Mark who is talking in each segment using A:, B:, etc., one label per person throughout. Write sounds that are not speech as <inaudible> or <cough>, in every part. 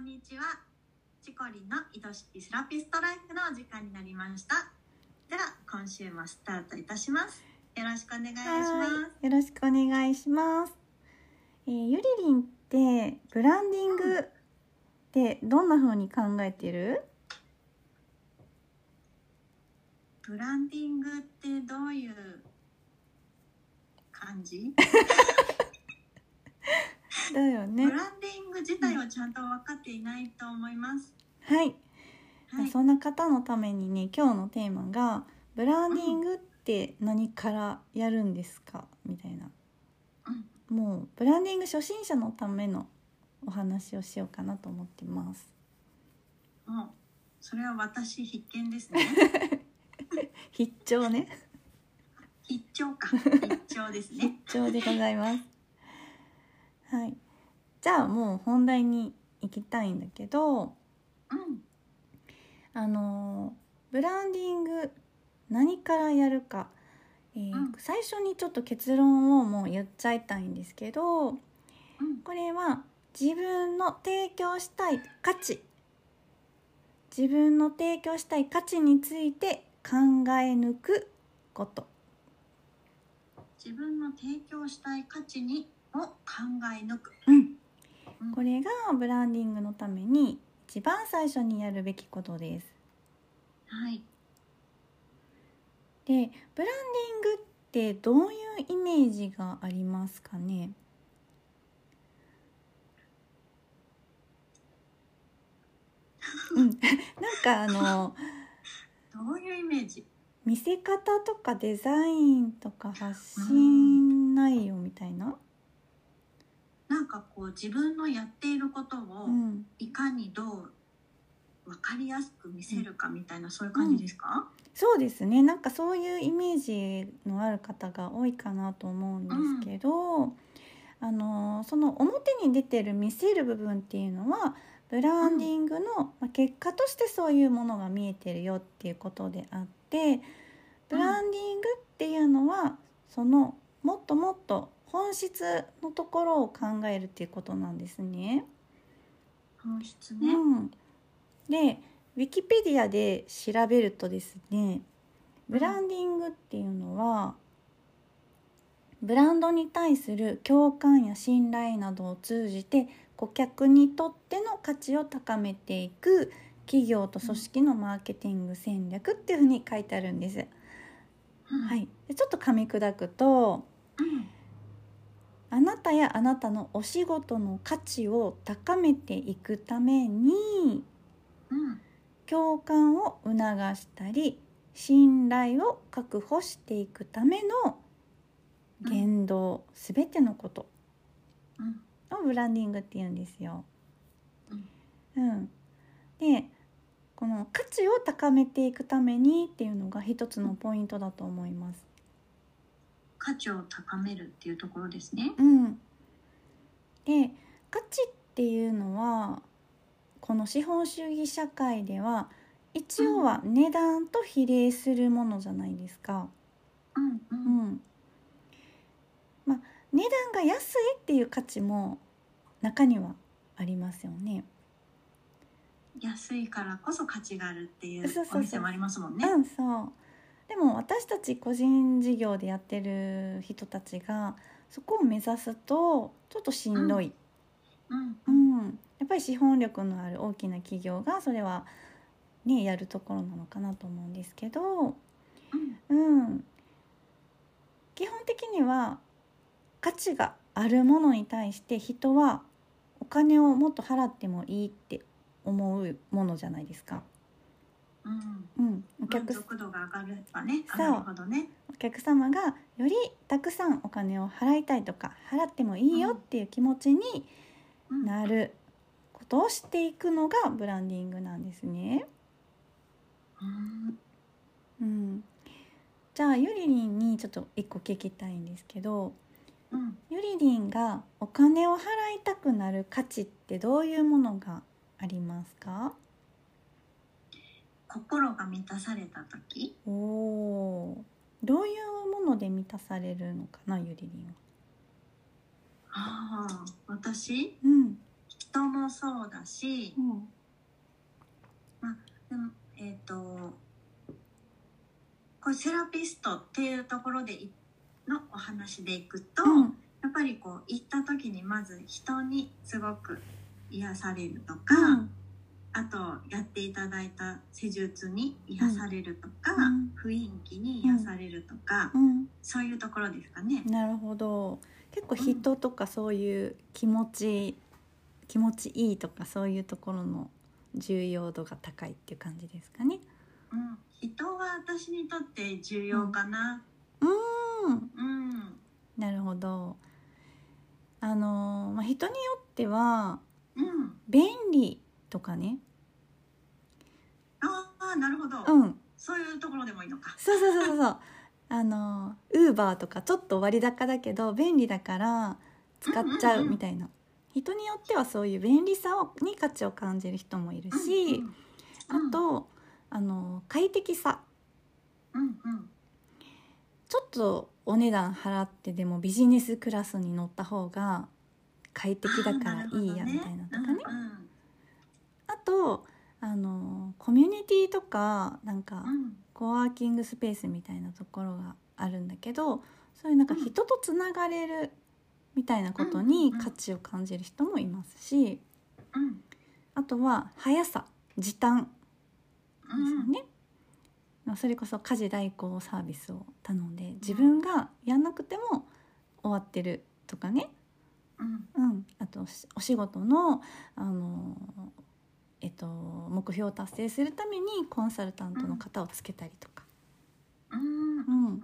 A: んにちは。チコリンの愛しきセラピストライフのお時間になりました。では、今週もスタートいたします。よろしくお願いします。
B: よろしくお願いします。えー、ゆりりんってブランディングってどんな風に考えてる？
A: ブランディングってどういう感じ、
B: だよね
A: ブ。ランディング自体をちゃんと分かっていないと思います。
B: はい。
A: はい。
B: そんな方のためにね、今日のテーマがブランディングって何からやるんですかみたいな。
A: うん
B: もうブランディング初心者のためのお話をしようかなと思ってます。
A: もう、それは私必見ですね。
B: 必聴ね。
A: 必聴か。必聴です
B: 必
A: ね。
B: 聴でございます。はい。じゃあもう本題に行きたいんだけど、
A: うん。
B: あのーブランディング何からやるか、えー
A: うん
B: 最初にちょっと結論をもう言っちゃいたいんですけど、
A: うん。
B: これは自分の提供したい価値自分の提供したい価値について考え抜くこと
A: 自分の提供したい価値にを考え抜く。
B: うん
A: うん
B: これがブランディングのために一番最初にやるべきことです。
A: はい。
B: でブランディングってどういうイメージがありますかねうん <laughs> なんかあの
A: どういうイメージ
B: 見せ方とかデザインとか発信内容みたいな、
A: なんかこう自分のやっていることを
B: うん、
A: いかにどう分かりやすく見せるかみたいなそういう感じですか、
B: そうですねなんかそういうイメージのある方が多いかなと思うんですけど、あのその表に出てる見せる部分っていうのはブランディングの、まあ結果としてそういうものが見えてるよっていうことであってブランディングっていうのはそのもっともっと本質のところを考えるっていうことなんですね。
A: 本質ね、
B: うん、でウィキペディアで調べるとですねブランディングっていうのはブランドに対する共感や信頼などを通じて顧客にとっての価値を高めていく企業と組織のマーケティング戦略っていうふうに書いてあるんです。
A: うん
B: はい、でちょっと噛み砕くと
A: うん
B: あなたやあなたのお仕事の価値を高めていくために
A: うん
B: 共感を促したり信頼を確保していくための言動すべてのこと
A: うん
B: をブランディングって言うんですよ。
A: うん
B: うん、でこの価値を高めていくためにっていうのが一つのポイントだと思います。
A: 価値を高めるっていうところですね
B: うん、で価値っていうのはこの資本主義社会では一応は値段と比例するものじゃないですか。
A: うんう
B: うんんまあ、値段が安いっていう価値も中にはありますよね。
A: 安いからこそ価値があるってい
B: そう
A: う
B: そうそう
A: お店もありますもんね
B: うん、そうでも私たち個人事業でやってる人たちがそこを目指すとちょっとしんどい、
A: うん
B: う
A: うん
B: んやっぱり資本力のある大きな企業がそれは、ね、やるところなのかなと思うんですけど、
A: うん
B: うん、基本的には価値があるものに対して人はお金をもっと払ってもいいって思うものじゃないですか。
A: うん
B: うん、お
A: 満
B: 客
A: 足度が上がればね
B: そう
A: 上がるほどね
B: お客様がよりたくさんお金を払いたいとか払ってもいいよっていう気持ちに
A: うん
B: なることをしていくのがブランディングなんですね。
A: うん
B: うん、じゃあゆりりんにちょっと一個聞きたいんですけど
A: うん
B: ゆりりんがお金を払いたくなる価値ってどういうものがありますか
A: 心が満たされた時
B: おおーどういうもので満たされるのかなゆりりんは。
A: ああ私
B: うん
A: 人もそうだし
B: う、ん
A: でもえっ、とこうセラピストっていうところでいのお話でいくと、
B: うん
A: やっぱりこう行った時にまず人にすごく癒されるとか、
B: うん
A: あとやっていただいた施術に癒されるとか、
B: うん
A: 雰囲気に癒されるとか、
B: うん
A: そういうところですかね。
B: なるほど結構人とかそういう気持ち、気持ちいいとかそういうところの重要度が高いっていう感じですかね。
A: うん、人は私にとって重要かな。
B: うん
A: うん、
B: なるほどあの、まあ、人によっては
A: うん、
B: 便利とかね
A: ああ、なるほど、
B: うん
A: そういうところでもいいのか。
B: そうそうそうそう <laughs> そうあのウーバーとかちょっと割高だけど便利だから使っちゃうみたいな、人によってはそういう便利さをに価値を感じる人もいるし、
A: うんうん
B: あ、とあの快適さ
A: うんうん、
B: ちょっとお値段払ってでもビジネスクラスに乗った方が快適だからいいやみたいなとかね。
A: あーなる
B: あとあのコミュニティとかなんか
A: ほどねうんうん
B: コワーキングスペースみたいなところがあるんだけどそういうなんか
A: うん
B: 人とつながれるみたいなことに
A: うんうんうん
B: 価値を感じる人もいますし
A: うん
B: あとは速さ時短
A: う
B: ですよ
A: ん
B: ね、まあそれこそ家事代行サービスを頼んで自分がやんなくても終わってるとかね、
A: うん
B: うん、あとしお仕事の、あのえっと、目標を達成するためにコンサルタントの方をつけたりとか、
A: うん
B: う、ん、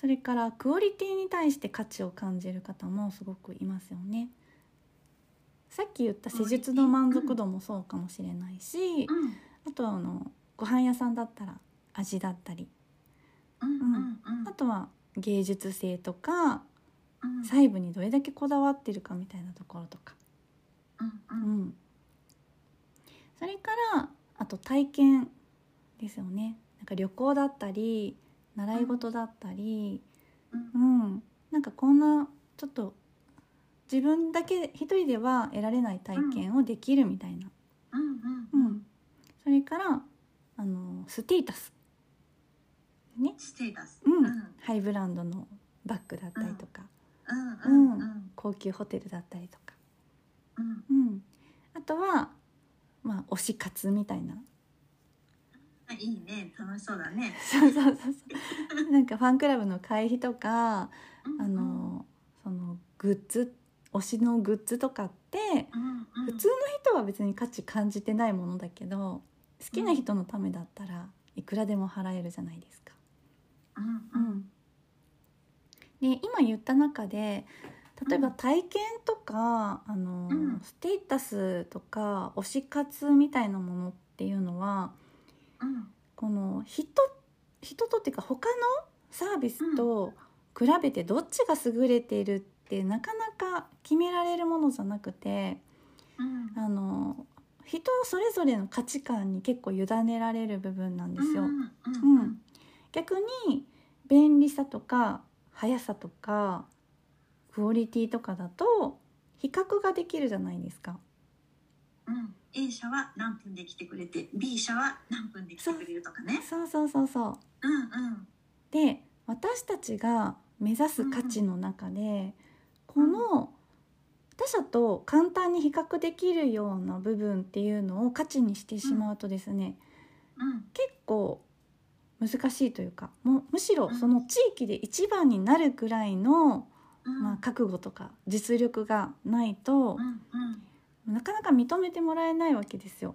B: それからクオリティに対して価値を感じる方もすごくいますよね。さっき言った施術の満足度もそうかもしれない
A: う
B: し、
A: ん
B: あとはあのご飯屋さんだったら味だったり
A: うんうんうん
B: あとは芸術性とか
A: うん
B: 細部にどれだけこだわってるかみたいなところとか、
A: うんう
B: うんん、それからあと体験ですよねなんか旅行だったり習い事だったり、
A: うん
B: うん、なんかこんなちょっと自分だけ一人では得られない体験をできるみたいな、
A: うん
B: う
A: うんんうん
B: それからあのステータス、ね
A: ステータス
B: うん
A: うん
B: ハイブランドのバッグだったりとか、
A: うんうんうん
B: 高級ホテルだったりとか、
A: うん
B: うん、あとは、まあ、推し活みたいな
A: あいいね楽しそうだね
B: そうそうそう
A: <laughs>
B: そうなんかファンクラブの会費とか
A: うん
B: あのそのグッズ推しのグッズとかって
A: うんうん
B: 普通の人は別に価値感じてないものだけど好きな人のためだったらいくらでも払えるじゃないですか。
A: うんうん
B: で今言った中で例えば
A: うん
B: 体験とか、あの
A: うん
B: ステータスとか推し活みたいなものっていうのは
A: うん
B: この人人とっていうか他のサービスと比べてどっちが優れているってなかなか決められるものじゃなくて
A: うん
B: あの人それぞれの価値観に結構委ねられる部分なんですよ。
A: うんうん
B: う
A: うん
B: ん、逆に便利さとか速さとかクオリティとかだと比較ができるじゃないですか。
A: うん、A 社は何分で来てくれて B 社は何分で来てくれるとかね
B: そうそうそうそ
A: う
B: う。
A: んうん
B: で私たちが目指す価値の中で、この他者と簡単に比較できるような部分っていうのを価値にしてしまうとですね、
A: うん
B: 結構難しいというかもうむしろその地域で一番になるくらいの
A: うん
B: まあ、覚悟とか実力がないと
A: う、んうん
B: なかなか認めてもらえないわけですよ。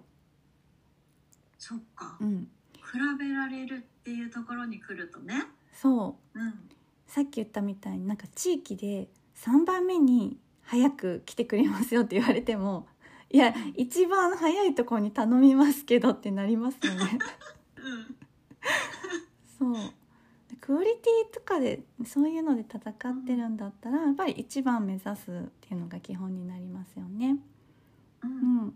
A: そっか
B: うん、
A: 比べられるっていうところに来るとね
B: そ
A: うん
B: うさっき言ったみたいになんか地域で3番目に早く来てくれますよって言われてもいや一番早いところに頼みますけどってなりますよね。
A: うん
B: そうクオリティとかでそういうので戦ってるんだったらやっぱり一番目指すっていうのが基本になりますよね。
A: う
B: うんん、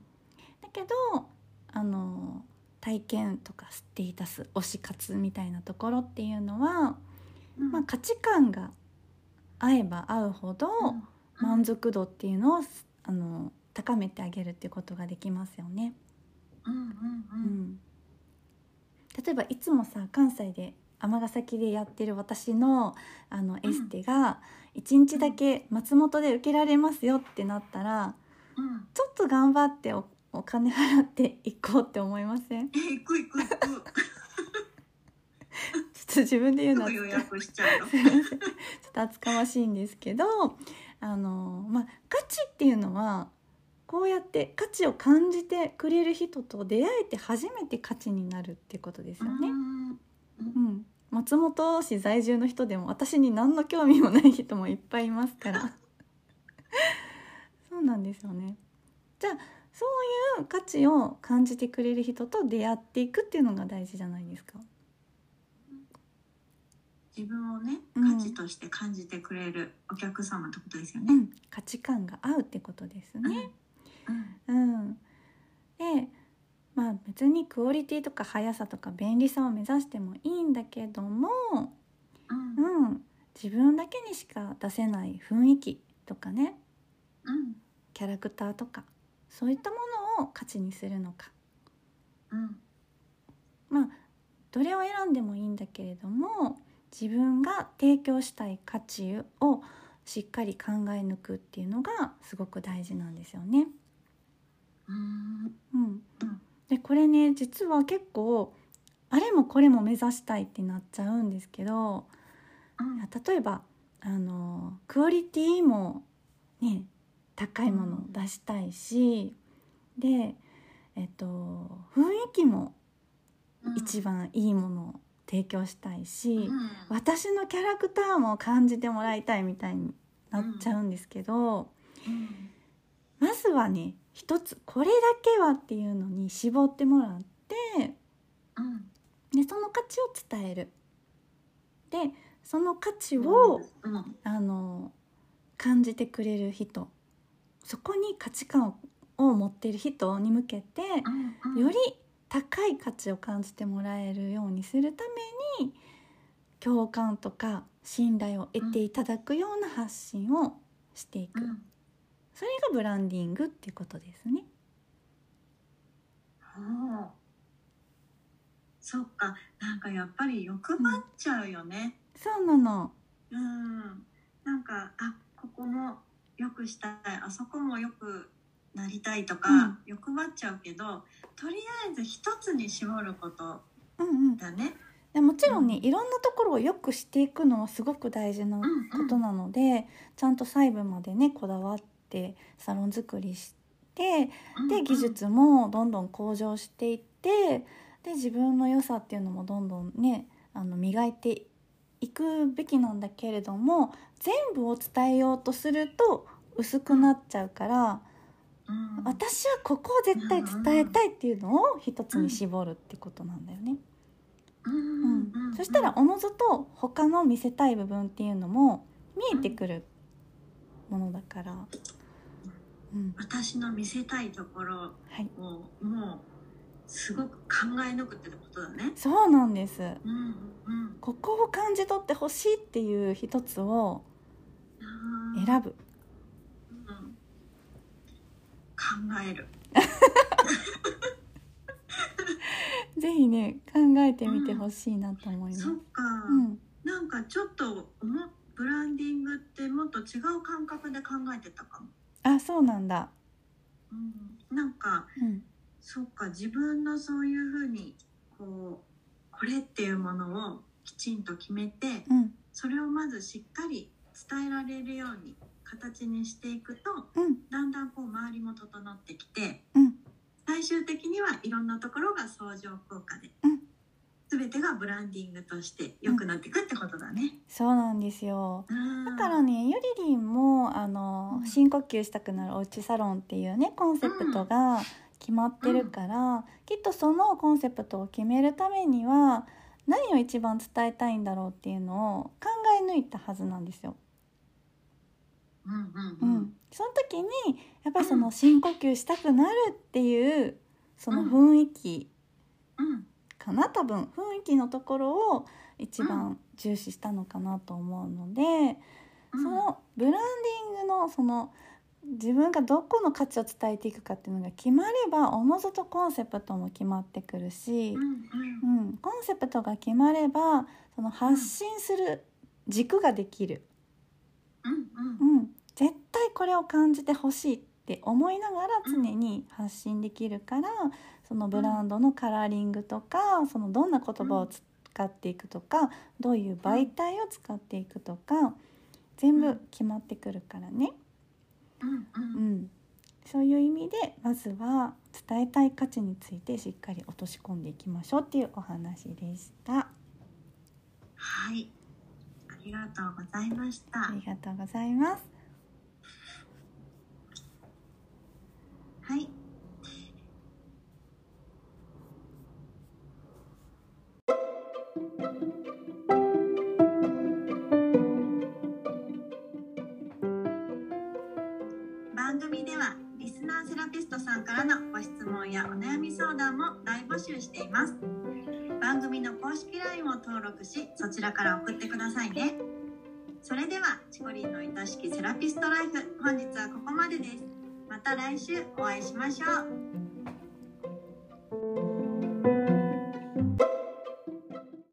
B: だけどあの体験とかステータス推し活みたいなところっていうのは、
A: うん
B: まあ、価値観が合えば合うほど
A: うん
B: 満足度っていうのを、あの高めてあげるっていうことができますよね。
A: うんうん
B: う
A: うん。
B: ん、例えばいつもさ関西で尼崎でやってる私のあのエステが1日だけ松本で受けられますよってなったら
A: うん。
B: ちょっと頑張っておお金払っていこうって思いません <laughs> ち
A: え、行く行く行く。
B: <laughs> ょっと自分で言う
A: す
B: のは
A: ぐ
B: ちょ
A: 予
B: っと
A: 約しちゃうよ。
B: すいませんちょ <laughs> っと厚かましいんですけどあのまあ価値っていうのはこうやって価値を感じてくれる人と出会えて初めて価値になるってことです
A: う
B: よね。
A: ん。
B: うん、松本市在住の人でも私に何の興味もない人もいっぱいいますから <laughs> そうなんですよねじゃあそういう価値を感じてくれる人と出会っていくっていうのが大事じゃないですか
A: 自分をね、
B: うん
A: 価値として感じてくれるお客様ってことですよ
B: う
A: ね。
B: ん価値観が合うってことです
A: うん
B: ね
A: うん
B: うんでまあ別にクオリティとか速さとか便利さを目指してもいいんだけども
A: うん
B: う。ん自分だけにしか出せない雰囲気とかね
A: うん。
B: キャラクターとかそういったものを価値にするのか
A: うん。
B: まあどれを選んでもいいんだけれども自分が提供したい価値をしっかり考え抜くっていうのがすごく大事なんですよね。
A: うん。
B: うん
A: うん、
B: でこれね実は結構あれもこれも目指したいってなっちゃうんですけど
A: うん。
B: 例えばあのクオリティもね高いものを出したいし、でえっと雰囲気も一番いいものを提供したいし、
A: うん
B: 私のキャラクターも感じてもらいたいみたいになっちゃうんですけど、
A: うん
B: まずはね一つこれだけはっていうのに絞ってもらって
A: うん
B: でその価値を伝える。でその価値を、
A: うん
B: あの感じてくれる人そこに価値観を持っている人に向けて
A: うん
B: より高い価値を感じてもらえるようにするために共感とか信頼を得ていただくような発信をしていく、
A: うん
B: それがブランディングっていうことですね。
A: おーそっかなんかやっぱり欲張っちゃうよね
B: そうなの、
A: うん、なんかあここもよくしたいあそこもよくなりたいとか、
B: うん
A: 欲張っちゃうけどとりあえず一つに絞ること
B: うんうん、
A: だね
B: でもちろんね、
A: うん
B: いろんなところを良くしていくのはすごく大事なことなので、ちゃんと細部までねこだわってサロン作りしてで技術もどんどん向上していってで自分の良さっていうのもどんどんねあの磨いていくべきなんだけれども全部を伝えようとすると薄くなっちゃうから
A: うんうん
B: 私はここを絶対伝えたいっていうのを一つに絞るってことなんだよ
A: う
B: ね。
A: んうんうんうん
B: そしたらおのずと他の見せたい部分っていうのも見えてくるものだから、うん、
A: 私の見せたいところ
B: はい
A: をもうすごく考え抜くってことだね。
B: そうなんです
A: うんうん
B: ここを感じ取ってほしいっていう一つを
A: あー
B: 選ぶ
A: うん考える。
B: ぜひね考えてみてほしいなと思います、
A: そっか、
B: うん、
A: なんかちょっとおもブランディングってもっと違う感覚で考えてたかも。
B: あそうなんだ、
A: うん、なんか
B: うん
A: そっか自分のそういうふうにこうこれっていうものをきちんと決めて
B: うん
A: それをまずしっかり伝えられるように形にしていくと
B: うん
A: だんだんこう周りも整ってきて、
B: うん
A: 最終的にはいろんなところが相乗効果で、
B: うん
A: 全てがブランディングとして良くなっていくってことだね。
B: そうなんですよ
A: だ
B: だからねゆりりんもあの
A: うん
B: 深呼吸したくなるおうちサロンっていうねコンセプトが決まってるから、きっとそのコンセプトを決めるためには何を一番伝えたいんだろうっていうのを考え抜いたはずなんですよ。
A: うんうん
B: う
A: うん
B: ん、その時にやっぱりその深呼吸したくなるっていうその雰囲気
A: うん
B: かな多分雰囲気のところを一番重視したのかなと思うので。
A: う
B: そ
A: ん
B: のブランディングのその自分がどこの価値を伝えていくかっていうのが決まればおのずとコンセプトも決まってくるし、
A: うん
B: う、
A: うん
B: コンセプトが決まればその発信する軸ができる、
A: んうんうん
B: うん、絶対これを感じてほしいって思いながら常に発信できるから、そのブランドのカラーリングとかそのどんな言葉を使っていくとかどういう媒体を使っていくとか全部決まってくるからね、
A: うんう
B: うんん、そういう意味でまずは伝えたい価値についてしっかり落とし込んでいきましょうっていうお話でした。
A: はいありがとうございました
B: ありがとうございます。
A: はい番組ではリスナーセラピストさんからのご質問やお悩み相談も大募集しています番組の公式 LINE を登録しそちらから送ってくださいねそれではチコリンのいたしきセラピストライフ本日はここまでですまた来週お会いしましょう